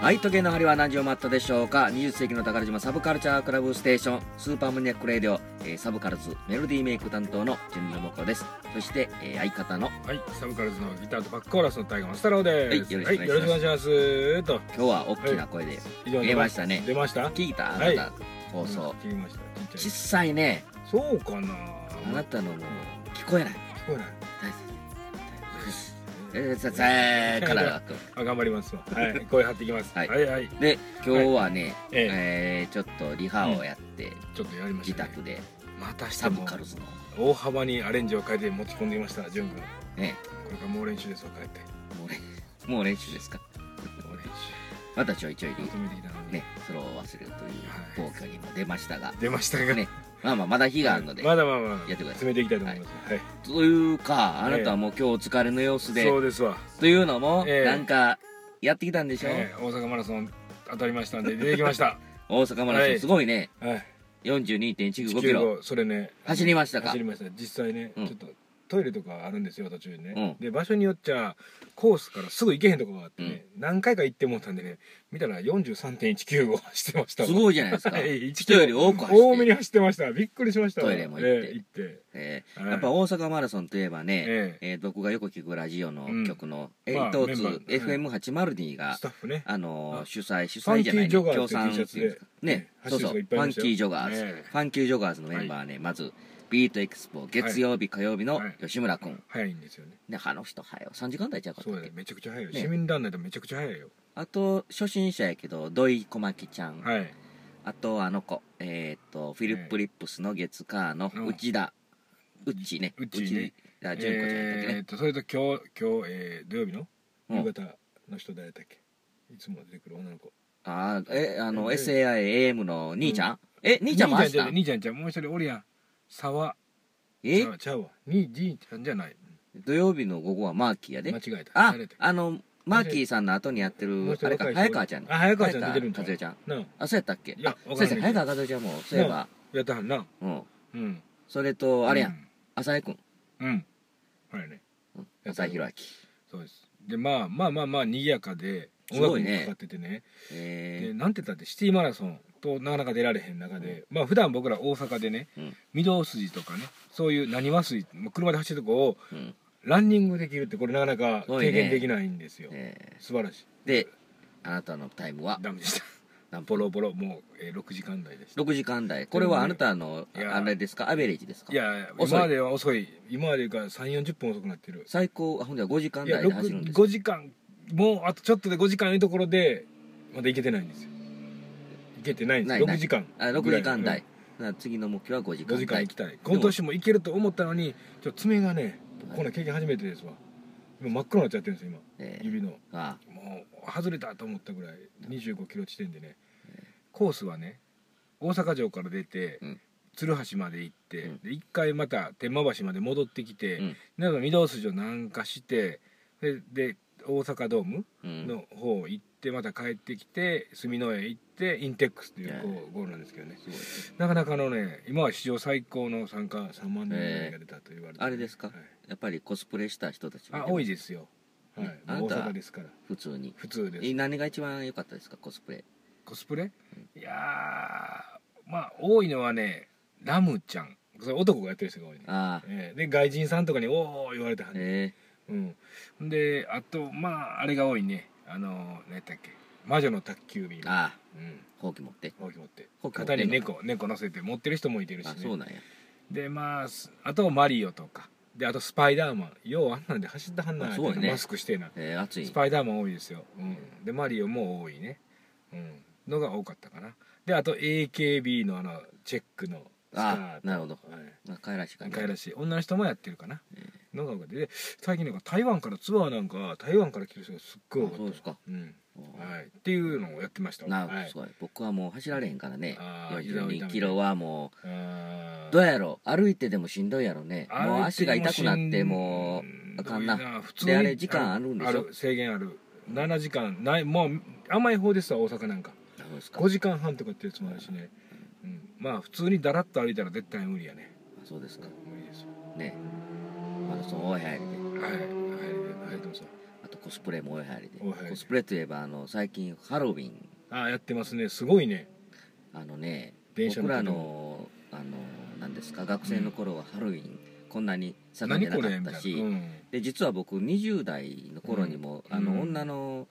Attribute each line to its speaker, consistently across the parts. Speaker 1: はい、時計の針は何時を待ったでしょうか ?20 世紀の宝島サブカルチャークラブステーション、スーパーマニアックレディオ、えーサブカルズメロディーメイク担当の純次もこです。そして、えー相方の
Speaker 2: はい、サブカルズのギターとバックコーラスのタイガーマスタローです。
Speaker 1: はいよろしくお願い
Speaker 2: はいよろしくお願いします。と、
Speaker 1: 今日は大きな声で
Speaker 2: 以上
Speaker 1: 言えましたね。
Speaker 2: 出ました。
Speaker 1: 聞いたあ
Speaker 2: は
Speaker 1: ないた放送。
Speaker 2: 聞きました。聞いち
Speaker 1: 小
Speaker 2: ゃ
Speaker 1: さいね、
Speaker 2: いそうかな。
Speaker 1: あなたのもう聞こえない。
Speaker 2: 聞こえない。
Speaker 1: えー、ささーからだと。
Speaker 2: あ、頑張りますわ。はい、声張っていきます。
Speaker 1: は
Speaker 2: はいい、はい、
Speaker 1: で、今日はね、え
Speaker 2: え
Speaker 1: ーちょっとリハをやって、
Speaker 2: え、ちょっとやりまし
Speaker 1: 自
Speaker 2: たね。
Speaker 1: 宅で
Speaker 2: またして
Speaker 1: サブ
Speaker 2: も
Speaker 1: カルズの、
Speaker 2: 大幅にアレンジを変えて持ち込んでいました、ジュン君。こ
Speaker 1: ね、
Speaker 2: れから猛練習ですわ、帰って。
Speaker 1: もうねもう練習ですか
Speaker 2: 猛練習。
Speaker 1: またちょいちょいリ
Speaker 2: 求めてきたのに。
Speaker 1: ね、それを忘れるという暴挙にも出ましたが、
Speaker 2: 出ましたが。
Speaker 1: ねまあまあ、まだ日があるので、
Speaker 2: まだまだまだ。
Speaker 1: やってください
Speaker 2: 詰めていきたいと思います。はい。
Speaker 1: というか、あなたはもう今日お疲れの様子で、
Speaker 2: そうですわ。
Speaker 1: というのも、
Speaker 2: ええ
Speaker 1: なんか、やってきたんでしょ、
Speaker 2: ええ大阪マラソン当たりましたんで出てきました
Speaker 1: 大阪マラソ
Speaker 2: は
Speaker 1: ン、
Speaker 2: い
Speaker 1: すごいね、
Speaker 2: はい
Speaker 1: 42.195
Speaker 2: 195
Speaker 1: キロ。
Speaker 2: それね
Speaker 1: 走りましたか
Speaker 2: 走りました実際ね、
Speaker 1: うん
Speaker 2: ちょっとトイレとかあるんですよ途中にね、
Speaker 1: う
Speaker 2: で場所によっちゃコースからすぐ行けへんとこがあってね、何回か行ってもうたんでね見たら43.195走 ってました
Speaker 1: すごいじゃないですか。
Speaker 2: はい
Speaker 1: 人より多く走って
Speaker 2: 多めに走ってましたびっくりしました
Speaker 1: トイレも行って
Speaker 2: ええ行って
Speaker 1: ええ
Speaker 2: はい
Speaker 1: やっぱ大阪マラソンといえばね、え
Speaker 2: ええ
Speaker 1: え僕がよく聞くラジオの曲の
Speaker 2: うんまあメンバー
Speaker 1: 82 FM802 が、
Speaker 2: スタッフね
Speaker 1: あのー
Speaker 2: あ
Speaker 1: 主催主催じゃない
Speaker 2: ファンキージョガー
Speaker 1: 協賛
Speaker 2: っていう T シ
Speaker 1: っていう
Speaker 2: ャツで
Speaker 1: んですかね
Speaker 2: うん
Speaker 1: そうそうフ
Speaker 2: 走ってる人いっぱ
Speaker 1: ァ
Speaker 2: いいま
Speaker 1: ン
Speaker 2: した
Speaker 1: キ
Speaker 2: よ
Speaker 1: ージョガーズ、
Speaker 2: ねえ
Speaker 1: ファンキージョガーズのメンバーはね、まずビートエクスポ月曜日火曜日の
Speaker 2: はい
Speaker 1: 吉村君、
Speaker 2: 早いんですよね
Speaker 1: であの人早よ3時間台ちゃうかった
Speaker 2: そう
Speaker 1: っ
Speaker 2: だ
Speaker 1: け
Speaker 2: ねめちゃくちゃ早いよ、
Speaker 1: ね
Speaker 2: 市民団体でもめちゃくちゃ早いよ
Speaker 1: あと初心者やけど土井小牧ちゃん、
Speaker 2: はい
Speaker 1: あとあの子えーっとフィリップ・リップスの月火の
Speaker 2: うん
Speaker 1: 内田うっちね
Speaker 2: うっちね
Speaker 1: 内田純子ちゃんやったっけ
Speaker 2: えー
Speaker 1: ね
Speaker 2: っ、とそれと今日今日、えー土曜日の
Speaker 1: うん
Speaker 2: 夕方の人誰だったっけいつも出てくる女の子
Speaker 1: あーえあの
Speaker 2: え
Speaker 1: SAIAM の兄ちゃん、え兄ちゃんも走ったん
Speaker 2: 兄ちゃんじゃない兄ちゃんじゃないもう一人おりやん沢
Speaker 1: え
Speaker 2: ちゃうちゃうわ兄じいちゃんじゃない
Speaker 1: 土曜日の午後はマーキーやで
Speaker 2: 間違えた
Speaker 1: あ
Speaker 2: 誰だっけ、
Speaker 1: あの、マーキーさんの後にやって
Speaker 2: もう
Speaker 1: る
Speaker 2: 一、人
Speaker 1: あれか
Speaker 2: 若、い人
Speaker 1: 早川ちゃんね。
Speaker 2: あ早川ちゃん出てるんちゃ
Speaker 1: か
Speaker 2: う
Speaker 1: ずえちゃん。
Speaker 2: なあ
Speaker 1: あ、そうやったっけ
Speaker 2: いや
Speaker 1: あ
Speaker 2: わ
Speaker 1: そ
Speaker 2: か
Speaker 1: う
Speaker 2: らんけ
Speaker 1: や、
Speaker 2: ど
Speaker 1: 早川かずえちゃんも、そういえば、
Speaker 2: やったはんな
Speaker 1: うん。
Speaker 2: うん
Speaker 1: それと、あれやん、浅井くん。
Speaker 2: うんうんはいね
Speaker 1: うん
Speaker 2: やった
Speaker 1: 浅井宏
Speaker 2: そうですでまあまあまあまあ賑やかです音
Speaker 1: ご
Speaker 2: 楽
Speaker 1: いね
Speaker 2: もかかっててね
Speaker 1: 明。え
Speaker 2: でなんて言ったってシティマラソンとなかなか出られへん中で、まあ普段僕ら大阪でね、
Speaker 1: うん
Speaker 2: 御堂筋とかねそういう何和筋もう車で走るとこを
Speaker 1: ーうん
Speaker 2: ランニングできるってこれなかなか
Speaker 1: すごいね
Speaker 2: 経験できないんですよ
Speaker 1: え
Speaker 2: 素晴らしい
Speaker 1: ーで、あなたのタイムは、
Speaker 2: ダメでした
Speaker 1: 何分
Speaker 2: ボロボロもう、えー6時間台でした
Speaker 1: ?6 時間台。これはあなたの、
Speaker 2: いや
Speaker 1: あれですかアベレージですか
Speaker 2: いや
Speaker 1: 遅い
Speaker 2: 今までは遅い今までが3 4 0分遅くなってる
Speaker 1: 最高、あ、ほんじゃ5時間
Speaker 2: いや
Speaker 1: 台で走るん
Speaker 2: 6
Speaker 1: ですか
Speaker 2: 5時間もうあとちょっとで5時間いうところでまだ行けてないんですよ行けてないんで
Speaker 1: ない
Speaker 2: すよ
Speaker 1: ない
Speaker 2: 6時間
Speaker 1: あ、6時間
Speaker 2: ぐらい
Speaker 1: 台。な次の目標は5時
Speaker 2: 5
Speaker 1: 間
Speaker 2: 時間
Speaker 1: 台
Speaker 2: 行き。たい今年も行けると思ったのにちょっと爪がねこんな経験初めてですわ今真っ黒になっちゃってるんですよ
Speaker 1: え
Speaker 2: 今
Speaker 1: ー
Speaker 2: 指の
Speaker 1: あ
Speaker 2: もう外れたと思ったぐらい2 5キロ地点でねコースはね大阪城から出て、
Speaker 1: うん
Speaker 2: 鶴橋まで行っ
Speaker 1: う
Speaker 2: て
Speaker 1: ん
Speaker 2: で一回また天満橋まで戻ってきて、
Speaker 1: うん
Speaker 2: なので御堂筋を南下してでで大阪ドーム
Speaker 1: うん。
Speaker 2: の方行ってまた帰ってきて住之江行ってインテックスっていうゴーゴールなんですけどね
Speaker 1: すごい
Speaker 2: なかなかのね今は史上最高の参加3万人ぐらいが出たと言われ
Speaker 1: え
Speaker 2: てる、
Speaker 1: ーあれですか
Speaker 2: はい
Speaker 1: やっぱりコスプレした人たちも
Speaker 2: あ
Speaker 1: いて
Speaker 2: 多いですよ、はい
Speaker 1: うんあなた
Speaker 2: 大阪ですから
Speaker 1: 普通に
Speaker 2: 普通です
Speaker 1: え何が一番良かったですかコスプレ
Speaker 2: コスプレ、いやーまあ多いのはねラムちゃんそれ男がやってる人が多いね、
Speaker 1: ああ
Speaker 2: ええで外人さんとかに「おお」言われてはんね
Speaker 1: え
Speaker 2: うんほんであとまああれが多いねあのー何やったっけ魔女の宅急便
Speaker 1: ー、ああ
Speaker 2: うん
Speaker 1: ほうき持って
Speaker 2: ほうき持って
Speaker 1: ほうき持って
Speaker 2: 肩に猫猫乗せて持ってる人もいてるし、ね
Speaker 1: あ、そうなんや
Speaker 2: でまあすあとマリオとかであとスパイダーマンようあんなんで走ったはんな
Speaker 1: あ
Speaker 2: ん
Speaker 1: すごいね
Speaker 2: マスクしてな
Speaker 1: えー、暑い
Speaker 2: スパイダーマン多いですよ、うん、でマリオも多いね、うん、のが多かったかなであと AKB のあのチェックのスカ
Speaker 1: あ
Speaker 2: ー
Speaker 1: あ
Speaker 2: ト
Speaker 1: なるほど
Speaker 2: はい
Speaker 1: あ帰らしい感じ
Speaker 2: かいらしい女の人もやってるかな、のが多かったで最近なんか台湾からツアーなんか台湾から来る人がすっごい多かった
Speaker 1: あそうですか
Speaker 2: うん
Speaker 1: おー
Speaker 2: はい、っていうのをやってました
Speaker 1: な
Speaker 2: は
Speaker 1: あ
Speaker 2: い
Speaker 1: す、ごい僕はもう走られへんからね
Speaker 2: あー膝を痛め
Speaker 1: 42
Speaker 2: て
Speaker 1: キロはも
Speaker 2: あ
Speaker 1: う
Speaker 2: ー
Speaker 1: どうやろう歩いてでもしんどいやろねもう足が痛くなってもうあかんな
Speaker 2: 普通
Speaker 1: であれ時間あるんでしょ
Speaker 2: ある制限ある7時間ないもう甘い方ですわ大阪なんか
Speaker 1: そうですか
Speaker 2: 5時間半とかってやつもあるしね、うん、まあ普通にだらっと歩いたら絶対無理やね
Speaker 1: そうですか
Speaker 2: 無理ですわ
Speaker 1: ねマラソン大流行りで
Speaker 2: はいはいはいどうぞ
Speaker 1: あとコスプレもおやはりで
Speaker 2: おやはりで
Speaker 1: コスプレといえばあの最近ハロウィン
Speaker 2: ああやってますねすごいね
Speaker 1: あのね
Speaker 2: 電車の
Speaker 1: 僕らのあの何ですか学生の頃はハロウィン、こんなに盛ん
Speaker 2: 何
Speaker 1: じゃ
Speaker 2: こ
Speaker 1: なか
Speaker 2: れ
Speaker 1: っ
Speaker 2: みたい
Speaker 1: た
Speaker 2: な、
Speaker 1: し、
Speaker 2: うん、
Speaker 1: で実は僕20代の頃にも、
Speaker 2: うん
Speaker 1: あの
Speaker 2: うん
Speaker 1: 女の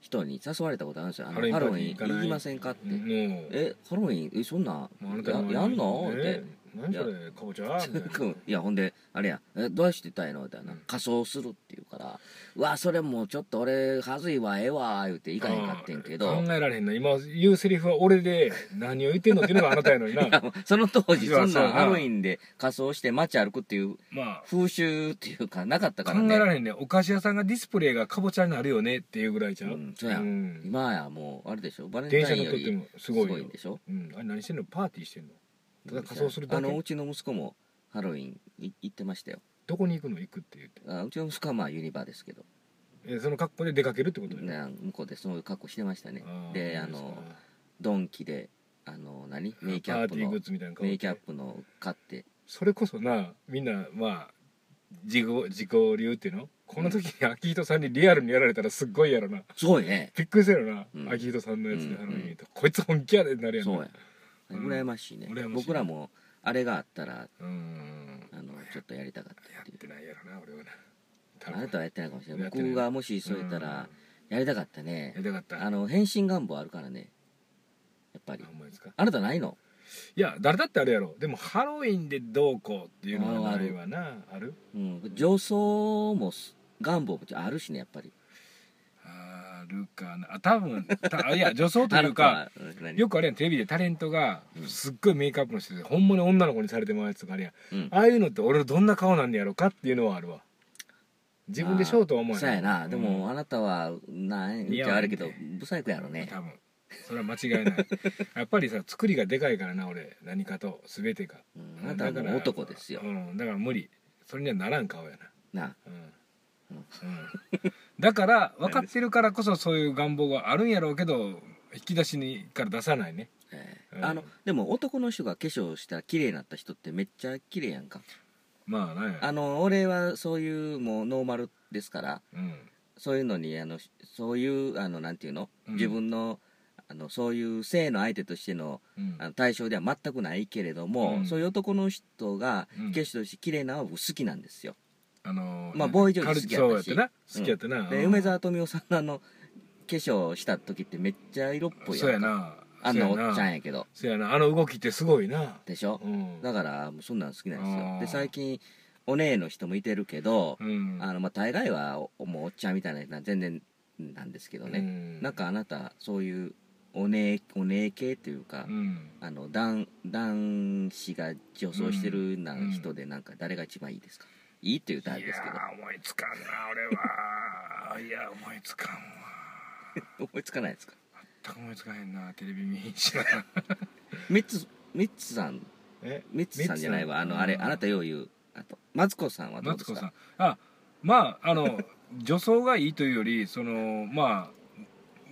Speaker 1: 人に誘われたことあるんですよ「あの
Speaker 2: ハロウィン
Speaker 1: ハロウ
Speaker 2: パーテ
Speaker 1: ィン
Speaker 2: ィー行かない
Speaker 1: 行きませんか?」って
Speaker 2: もう
Speaker 1: 「えハロウィンえそんな
Speaker 2: もうあなた
Speaker 1: や
Speaker 2: が
Speaker 1: やんの?」っ
Speaker 2: ね
Speaker 1: て。
Speaker 2: 何それかぼちゃみたいな
Speaker 1: いやほんであれや「えどうしてたいの?」みたいな
Speaker 2: うん
Speaker 1: 「仮装する」って言うから「うわそれもうちょっと俺はずいわええわ」言うて行かへんかってんけ
Speaker 2: あ
Speaker 1: ど
Speaker 2: ー考えられへんな今言うセリフは俺で何を言ってんのっていうのがあなたやの に
Speaker 1: いや
Speaker 2: な
Speaker 1: その当時
Speaker 2: そ
Speaker 1: そ
Speaker 2: うや
Speaker 1: ん
Speaker 2: そうや
Speaker 1: な
Speaker 2: な
Speaker 1: ハロウィンで仮装して街歩くっていう
Speaker 2: ま
Speaker 1: 風習っていうかなかった
Speaker 2: あ
Speaker 1: か
Speaker 2: 考
Speaker 1: ら
Speaker 2: えら
Speaker 1: ね、
Speaker 2: れへんねお菓子屋さんがディスプレイがかぼちゃになるよねっていうぐらいち
Speaker 1: う
Speaker 2: ゃう、
Speaker 1: ん、そうや、
Speaker 2: うん
Speaker 1: 今やもうあれでしょバレン
Speaker 2: 電
Speaker 1: タ
Speaker 2: 車
Speaker 1: イン
Speaker 2: 乗っ
Speaker 1: よ
Speaker 2: とって
Speaker 1: り
Speaker 2: もすごいよ
Speaker 1: んでしょ
Speaker 2: うん、あれ何してんのパーティーしてんのただ仮装するだ
Speaker 1: あ
Speaker 2: け
Speaker 1: のうちの息子もハロウィンい行ってましたよ
Speaker 2: どこに行くの行くって言って
Speaker 1: あうちの息子はまあユニバーですけど、
Speaker 2: えその格好で出かけるってことだよね
Speaker 1: ね、向こうでそういう格好してましたね
Speaker 2: あー
Speaker 1: で
Speaker 2: い
Speaker 1: あ
Speaker 2: いすか
Speaker 1: のドンキであの何メイキ
Speaker 2: パ
Speaker 1: ャ
Speaker 2: ー
Speaker 1: ップ
Speaker 2: ティー
Speaker 1: の
Speaker 2: グッズみたいな顔
Speaker 1: メイキャップの買って
Speaker 2: それこそなみんなまあ自己自己流っていうのこの時に秋人さんにリアルにやられたらすっごいやろな
Speaker 1: すごいね
Speaker 2: びっくりするよな、
Speaker 1: うん
Speaker 2: 秋人さんのやつでハロウィン
Speaker 1: うん
Speaker 2: と、こいつ本気やでってなるやん
Speaker 1: そうや
Speaker 2: うん
Speaker 1: 羨ましいね
Speaker 2: 羨ましいね
Speaker 1: 僕らもあれがあったら
Speaker 2: うーん
Speaker 1: あのちょっとやりたかった
Speaker 2: や
Speaker 1: ってい
Speaker 2: っ
Speaker 1: う
Speaker 2: てないやろな俺はな多
Speaker 1: あ
Speaker 2: 分
Speaker 1: なたはやってないかもしれな
Speaker 2: や
Speaker 1: い
Speaker 2: ってない
Speaker 1: 僕がもしそう言ったらやりたかったね
Speaker 2: うんやりたかった
Speaker 1: あの変身願望あるからねやっぱり
Speaker 2: あほんまですか
Speaker 1: あなたないの
Speaker 2: いや誰だってあるやろでもハロウィンでどうこうっていうのはないわなある
Speaker 1: うん女装もす願望もあるしねやっぱり
Speaker 2: あるかなあ多分たいや 女装というか
Speaker 1: あなたは
Speaker 2: よくあれやんテレビでタレントが
Speaker 1: うん
Speaker 2: すっごいメイクアップの人でほんまに女の子にされてもらうやつがあるやん
Speaker 1: うん
Speaker 2: ああいうのって俺のどんな顔なんやろかっていうのはあるわ自分でしょうとは思
Speaker 1: あー
Speaker 2: う
Speaker 1: そうやな、
Speaker 2: うん
Speaker 1: でもあなたはなん
Speaker 2: い
Speaker 1: じ
Speaker 2: や
Speaker 1: ゃあれけど不細工やろね
Speaker 2: 多分それは間違い ないやっぱりさ作りがでかいからな俺何かと全てが
Speaker 1: うん
Speaker 2: うん
Speaker 1: あなたはも
Speaker 2: だか
Speaker 1: う
Speaker 2: ら
Speaker 1: 男ですよ
Speaker 2: うんだから無理それにはならん顔やな
Speaker 1: な
Speaker 2: うん、うん、だから分かってるからこそそういう願望があるんやろうけど引き出しにから出さないね
Speaker 1: ええ
Speaker 2: うん
Speaker 1: あのでも男の人が化粧したら綺麗になった人ってめっちゃ綺麗やんか
Speaker 2: まあね
Speaker 1: あの俺はそういうもうノーマルですから
Speaker 2: うん
Speaker 1: そういうのにあのそういうあのなんていうの、
Speaker 2: うん
Speaker 1: 自分のあのそういう性の相手としての
Speaker 2: うん
Speaker 1: あの対象では全くないけれども、
Speaker 2: うん
Speaker 1: そういう男の人が
Speaker 2: うん
Speaker 1: 化粧して綺麗なのは僕好きなんですよ、
Speaker 2: あの
Speaker 1: まあボーイジョイ好きやったし
Speaker 2: そうやってな好きやったな、
Speaker 1: で梅沢富美男さんのあの化粧した時ってめっちゃ色っぽい
Speaker 2: そうや
Speaker 1: んか
Speaker 2: な
Speaker 1: あんなおっちゃん
Speaker 2: や
Speaker 1: やけど
Speaker 2: そうやなあの動きってすごいな
Speaker 1: でしょ
Speaker 2: うん
Speaker 1: だからもうそんなん好きなんです
Speaker 2: あー
Speaker 1: よで最近お姉の人もいてるけど、
Speaker 2: うん
Speaker 1: あのまあ大概はおもうおっちゃんみたいな人は全然なんですけどね、
Speaker 2: ね
Speaker 1: なんかあなたそういうお姉お姉系というか、
Speaker 2: うん
Speaker 1: あの男男子が女装してるな
Speaker 2: うん
Speaker 1: 人でなんか誰が一番いいですか、いいって言う
Speaker 2: い
Speaker 1: た
Speaker 2: や
Speaker 1: らあれですけ
Speaker 2: ー思いつかんな俺はいや思いつかんわ
Speaker 1: ど思いつかないですか
Speaker 2: 全く思いつかへんなテレビ見ん しな
Speaker 1: メッツメッツさん
Speaker 2: え
Speaker 1: メッツさんじゃないわあ
Speaker 2: メッツさん
Speaker 1: のあれあなたよう言うあとマツコさんはどう
Speaker 2: マ
Speaker 1: で
Speaker 2: ツ
Speaker 1: す
Speaker 2: コさ
Speaker 1: か
Speaker 2: んあまああの 女装がいいというよりそのまあ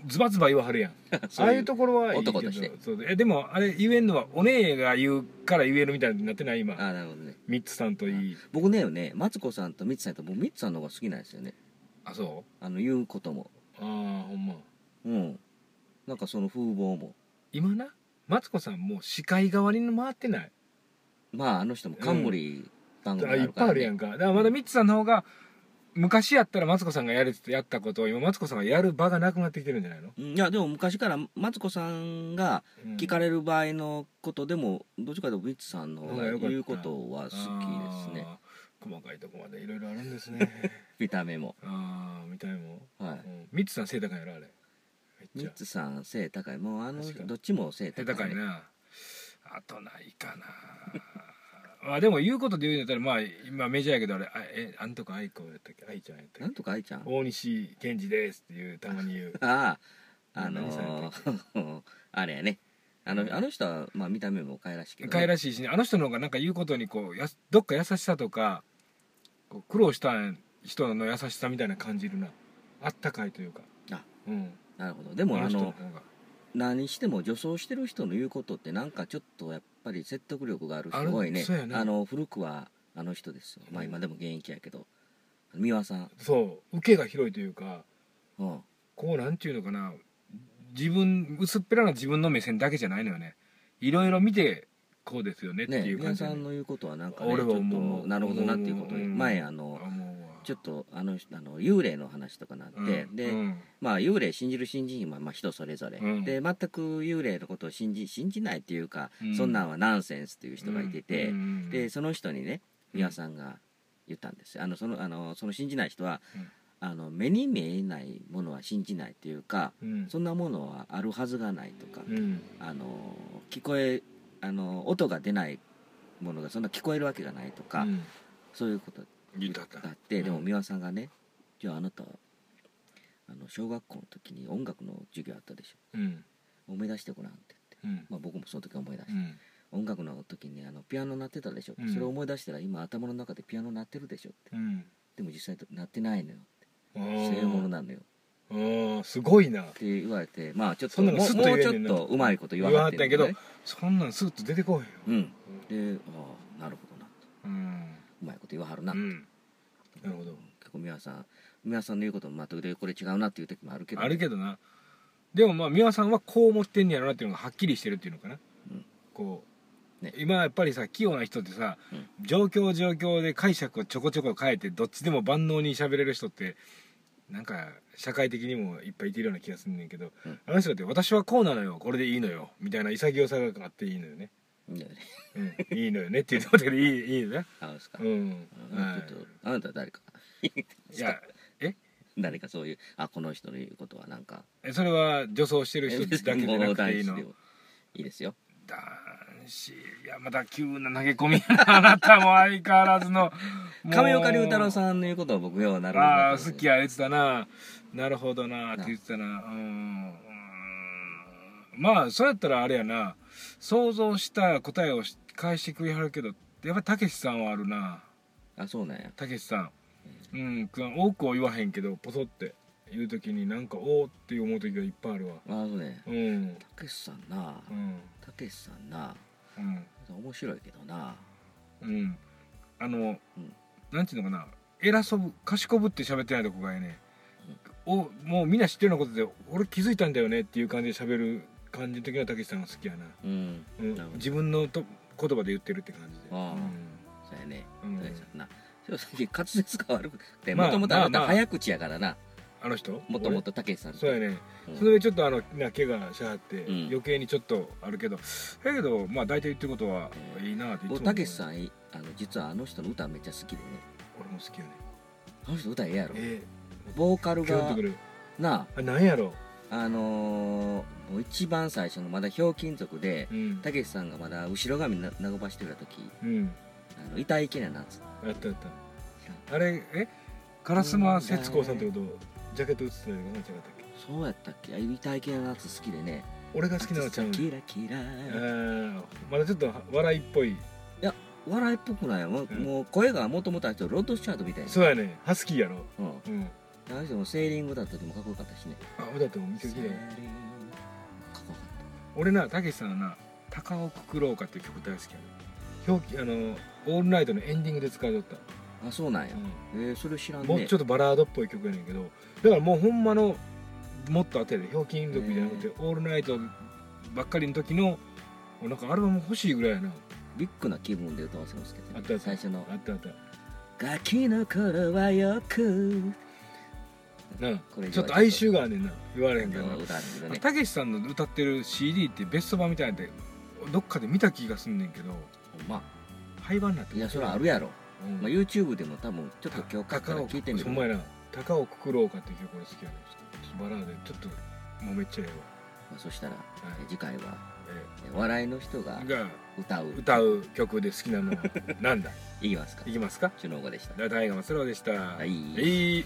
Speaker 2: ズバズバ言わはるやん
Speaker 1: そうい
Speaker 2: あ
Speaker 1: う
Speaker 2: あいうところはいいけど
Speaker 1: 男として
Speaker 2: そうえでもあれ言えんのはお姉が言うから言えるみたいになってない今
Speaker 1: あなるほどね
Speaker 2: ミッツさんといい
Speaker 1: 僕ねねマツコさんとミッツさんと僕ミッツさんの方が好きなんですよね
Speaker 2: あそう
Speaker 1: あの言うことも
Speaker 2: ああほんま
Speaker 1: うんなんかその風貌も
Speaker 2: 今なマツコさんもう視界側に回ってない
Speaker 1: まああの人も冠番組
Speaker 2: あ
Speaker 1: があ
Speaker 2: いっ
Speaker 1: るか
Speaker 2: ぱいあ
Speaker 1: ら、
Speaker 2: る
Speaker 1: ね
Speaker 2: やんかだからまだミッツさんの方が昔やったらマツコさんがやれてやったことを今マツコさんがやる場がなくなってきてるんじゃないの、
Speaker 1: うんいやでも昔からマツコさんが
Speaker 2: うん
Speaker 1: 聞かれる場合のことでもどっちかというとビッツさんの方が
Speaker 2: うんよかった
Speaker 1: 言うことは好きですね
Speaker 2: あー細かいとこまでいろいろあるんです ね
Speaker 1: 見た目も
Speaker 2: ああみたいも、
Speaker 1: は
Speaker 2: う
Speaker 1: い
Speaker 2: ん、ミッツさん背高いやろあれめ
Speaker 1: ミ
Speaker 2: っ
Speaker 1: ッ
Speaker 2: ち
Speaker 1: ツさん背高いもうあの
Speaker 2: 確かに
Speaker 1: どっちも背
Speaker 2: ゃ背
Speaker 1: 高い,、
Speaker 2: 高いなあとないかな まあでも言うことで言うんだったらまあ今メジャーやけどあれあえあんとか愛子やったっけ愛ちゃんやった
Speaker 1: な
Speaker 2: っ
Speaker 1: んとか愛ちゃん
Speaker 2: け大西健二ですっていうたまに言 う
Speaker 1: あああ
Speaker 2: 何され
Speaker 1: の
Speaker 2: た
Speaker 1: ー、 あれやねあのあの人は、まあ、見た目も可愛らしいけど、ね、
Speaker 2: 可愛らしいしねあの人の方がなんか言うことにこうやすどっか優しさとかこう苦労した人の優しさみたいな感じるなあったかいというか
Speaker 1: あ
Speaker 2: うん
Speaker 1: なるほどでもあ
Speaker 2: 人
Speaker 1: の
Speaker 2: 方が
Speaker 1: 何しても女装してる人の言うことってなんかちょっとやっぱり説得力がある
Speaker 2: あ
Speaker 1: す
Speaker 2: る
Speaker 1: ごいね
Speaker 2: そうやね
Speaker 1: あの古くはあの人ですよまあ
Speaker 2: うん
Speaker 1: 今でも現役やけど、三輪さん
Speaker 2: そう受けが広いというか
Speaker 1: うん
Speaker 2: こうなんていうのかな自分薄っぺらな自分の目線だけじゃないのよねいろいろ見てこうですよねって
Speaker 1: ね
Speaker 2: い
Speaker 1: 三
Speaker 2: う感
Speaker 1: 輪
Speaker 2: じ、
Speaker 1: さん
Speaker 2: ね、
Speaker 1: の言うことはなんかねち
Speaker 2: 俺
Speaker 1: ょっ
Speaker 2: は
Speaker 1: と
Speaker 2: 思う
Speaker 1: なるほどなっていうことに
Speaker 2: うん
Speaker 1: 前あの
Speaker 2: あもう
Speaker 1: ちょっとあのあの幽霊の話とかなって、
Speaker 2: うん
Speaker 1: で、
Speaker 2: うん
Speaker 1: まあ幽霊信じる信じひんはまあ人それぞれ、
Speaker 2: うん
Speaker 1: で全く幽霊のことを信じ信じないっていうか、
Speaker 2: うん
Speaker 1: そんなんはナンセンスっていう人がいてて、
Speaker 2: うんうん
Speaker 1: でその人にね美輪さんが言ったんですよあのそのあのその信じない人は、
Speaker 2: うん
Speaker 1: あの目に見えないものは信じないっていうか
Speaker 2: うん
Speaker 1: そんなものはあるはずがないとか、
Speaker 2: うん
Speaker 1: あの聞こえあの音が出ないものがそんな聞こえるわけがないとか、
Speaker 2: うん
Speaker 1: そういうこと
Speaker 2: 言ったった
Speaker 1: だって、でも
Speaker 2: うん
Speaker 1: 美輪さんがね「じゃああなたあの小学校の時に音楽の授業あったでしょ
Speaker 2: うん
Speaker 1: 思い出してごらん」って言って、
Speaker 2: うん
Speaker 1: まあ、僕もその時思い出し
Speaker 2: う
Speaker 1: て、
Speaker 2: ん
Speaker 1: 音楽の時にあのピアノ鳴ってたでしょ、
Speaker 2: うん
Speaker 1: それを思い出したら今頭の中でピアノ鳴ってるでしょって
Speaker 2: うん
Speaker 1: でも実際鳴ってないのよ
Speaker 2: あー
Speaker 1: そういうものなのよ
Speaker 2: あーすごいな
Speaker 1: って言われてまあちょっと
Speaker 2: そんなの
Speaker 1: もう
Speaker 2: スッ
Speaker 1: も
Speaker 2: と言
Speaker 1: う
Speaker 2: え
Speaker 1: ち
Speaker 2: んね
Speaker 1: ょ
Speaker 2: ん
Speaker 1: っと
Speaker 2: な
Speaker 1: うまいこと言
Speaker 2: 言
Speaker 1: わは
Speaker 2: わは
Speaker 1: っ
Speaker 2: ってたんやけどそんなんスーッと出てこいよ
Speaker 1: うんでああなるほどな
Speaker 2: うん
Speaker 1: うまいこと言わはるな、
Speaker 2: うんなるほど
Speaker 1: 結構美輪さん美輪さんの言うこともまた腕これ違うなっていう時もあるけど、
Speaker 2: あるけどなでもまあ美輪さんはこう思ってんねやろなっていうのがはっきりしてるっていうのかな、
Speaker 1: うん
Speaker 2: こう、
Speaker 1: ね
Speaker 2: 今やっぱりさ器用な人ってさ、
Speaker 1: うん
Speaker 2: 状況状況で解釈をちょこちょこ変えてどっちでも万能に喋れる人ってなんか社会的にもいっぱいいてるような気がするんねんけど、
Speaker 1: うん
Speaker 2: あの人って私はこうなのよこれでいいのよみたいな潔さがあっていいのよね、
Speaker 1: いいんだよね
Speaker 2: うん、いいのよねって言うとでいいいいのね
Speaker 1: あですか
Speaker 2: うん、は
Speaker 1: あちょっとあなた誰か
Speaker 2: い、いや
Speaker 1: 誰かそういうあこの人の言うことはなんか
Speaker 2: えそれは女装してる人だけじゃなくていい
Speaker 1: も
Speaker 2: の
Speaker 1: う男子でもいいですよ
Speaker 2: 男子山田急な投げ込みあなたも相変わらずの
Speaker 1: 亀岡龍太郎
Speaker 2: ん
Speaker 1: さんの言うことは僕ようなるほど
Speaker 2: ああ好き
Speaker 1: や
Speaker 2: や言ってたななるほどなって
Speaker 1: な
Speaker 2: 言ってたなうんうんまあそうやったらあれやな想像した答えをし返してくれはるけどやっぱたけしさんはあるな
Speaker 1: あそうなんや
Speaker 2: たけしさんうんくん多くは言わへんけどポソって言う時になんかおおって思う時がいっぱいあるわ
Speaker 1: あそうね
Speaker 2: うん
Speaker 1: たけしさんな
Speaker 2: うん
Speaker 1: たけしさんな
Speaker 2: うん
Speaker 1: 面白いけどな
Speaker 2: うん、あの、
Speaker 1: うん
Speaker 2: なんていうのかな偉そうぶ賢ぶって喋ってないとこがええね、おもうみんな知ってるようなことで俺気づいたんだよねっていう感じで喋る感じの時はたけしさんが好きやな、
Speaker 1: うん
Speaker 2: うん
Speaker 1: なるほど
Speaker 2: 自分のと言葉で言ってるって感じで
Speaker 1: あそうやね
Speaker 2: うん
Speaker 1: たけしさんな正直滑舌が悪くて
Speaker 2: まあ
Speaker 1: もともとあな
Speaker 2: まあま
Speaker 1: た
Speaker 2: あ
Speaker 1: 早口やからな
Speaker 2: あの人
Speaker 1: もともとたけしさんっ
Speaker 2: 俺
Speaker 1: て
Speaker 2: そうやね、
Speaker 1: うん
Speaker 2: それでちょっとあのな怪我しはって、
Speaker 1: ん
Speaker 2: 余計にちょっとあるけどだけどまあ大体言ってることは
Speaker 1: うん
Speaker 2: いいなっていつも
Speaker 1: 僕たけし
Speaker 2: ん
Speaker 1: さんいあの実はあの人の歌めっちゃ好きでね
Speaker 2: 俺も好きやね
Speaker 1: あの人歌ええやろ
Speaker 2: え
Speaker 1: ボーカ
Speaker 2: え
Speaker 1: ル
Speaker 2: キュンと
Speaker 1: が
Speaker 2: くる
Speaker 1: な
Speaker 2: あなんやろ
Speaker 1: ああのーもう一番最初のまだひょうきん族で
Speaker 2: うん
Speaker 1: たけしさんがまだ後ろ髪な長ばしてた時
Speaker 2: うん
Speaker 1: あの痛いけないなんつって
Speaker 2: あったあったあれえ烏丸節子さんってことジャケット映ってたのが違ったっけ
Speaker 1: そうやったっけあ痛いけないなんつ好きでね
Speaker 2: 俺が好きなのちゃう
Speaker 1: キラキラ
Speaker 2: あーまだちょっと笑いっぽい
Speaker 1: 笑いっぽくないもう,、
Speaker 2: うん
Speaker 1: もう声がもともとある人ロッド・スチャートみたいな
Speaker 2: そうやねハスキーやろ
Speaker 1: うん
Speaker 2: うん
Speaker 1: あの人もセーリングだった時もかっこよかったしね
Speaker 2: あ歌っても見て
Speaker 1: セ
Speaker 2: き
Speaker 1: ー
Speaker 2: て
Speaker 1: リングかっこよかっ
Speaker 2: 俺なたけしさんはな「高尾くくろうか」っていう曲大好きやね表記あの「オールナイト」のエンディングで使うとった、
Speaker 1: たあそうなんや、
Speaker 2: う
Speaker 1: えー、それ知らん
Speaker 2: ん、
Speaker 1: ね
Speaker 2: もうちょっとバラードっぽい曲やねんけどだからもうほんまのもっと当てで「ひょうきん族」じゃなくて「オールナイト」ばっかりの時のなんかアルバム欲しいぐらいやな
Speaker 1: ビッグな気分で歌わせますけどね、
Speaker 2: あったあった
Speaker 1: 最初の
Speaker 2: あったあった
Speaker 1: 「ガキの頃はよく
Speaker 2: な
Speaker 1: これ以上は
Speaker 2: ちょっと哀愁があんねんな言わ」れへんけどな
Speaker 1: 歌ってるね
Speaker 2: たけしさんの歌ってる CD ってベスト版みたいなんでどっかで見た気がすんねんけど
Speaker 1: ほんま
Speaker 2: 廃盤になって
Speaker 1: いやそれはあ
Speaker 2: る、
Speaker 1: るやろ、
Speaker 2: うん
Speaker 1: まあ、YouTube でも多分ちょっと
Speaker 2: た
Speaker 1: 今日買ったら聞いてみる
Speaker 2: 高尾ほんまやな「高をくくろうか」っていう曲俺好きやねんちょっとバラードでちょっともうめっちゃえ
Speaker 1: まあ、そしたら、
Speaker 2: えわ、はい
Speaker 1: え次回は
Speaker 2: え
Speaker 1: え笑いの人が
Speaker 2: ーが
Speaker 1: 歌う
Speaker 2: 歌う曲で好 きなのはなんだ
Speaker 1: いきますか
Speaker 2: いきますか
Speaker 1: 首脳語でした
Speaker 2: 大河松郎でした
Speaker 1: はい
Speaker 2: い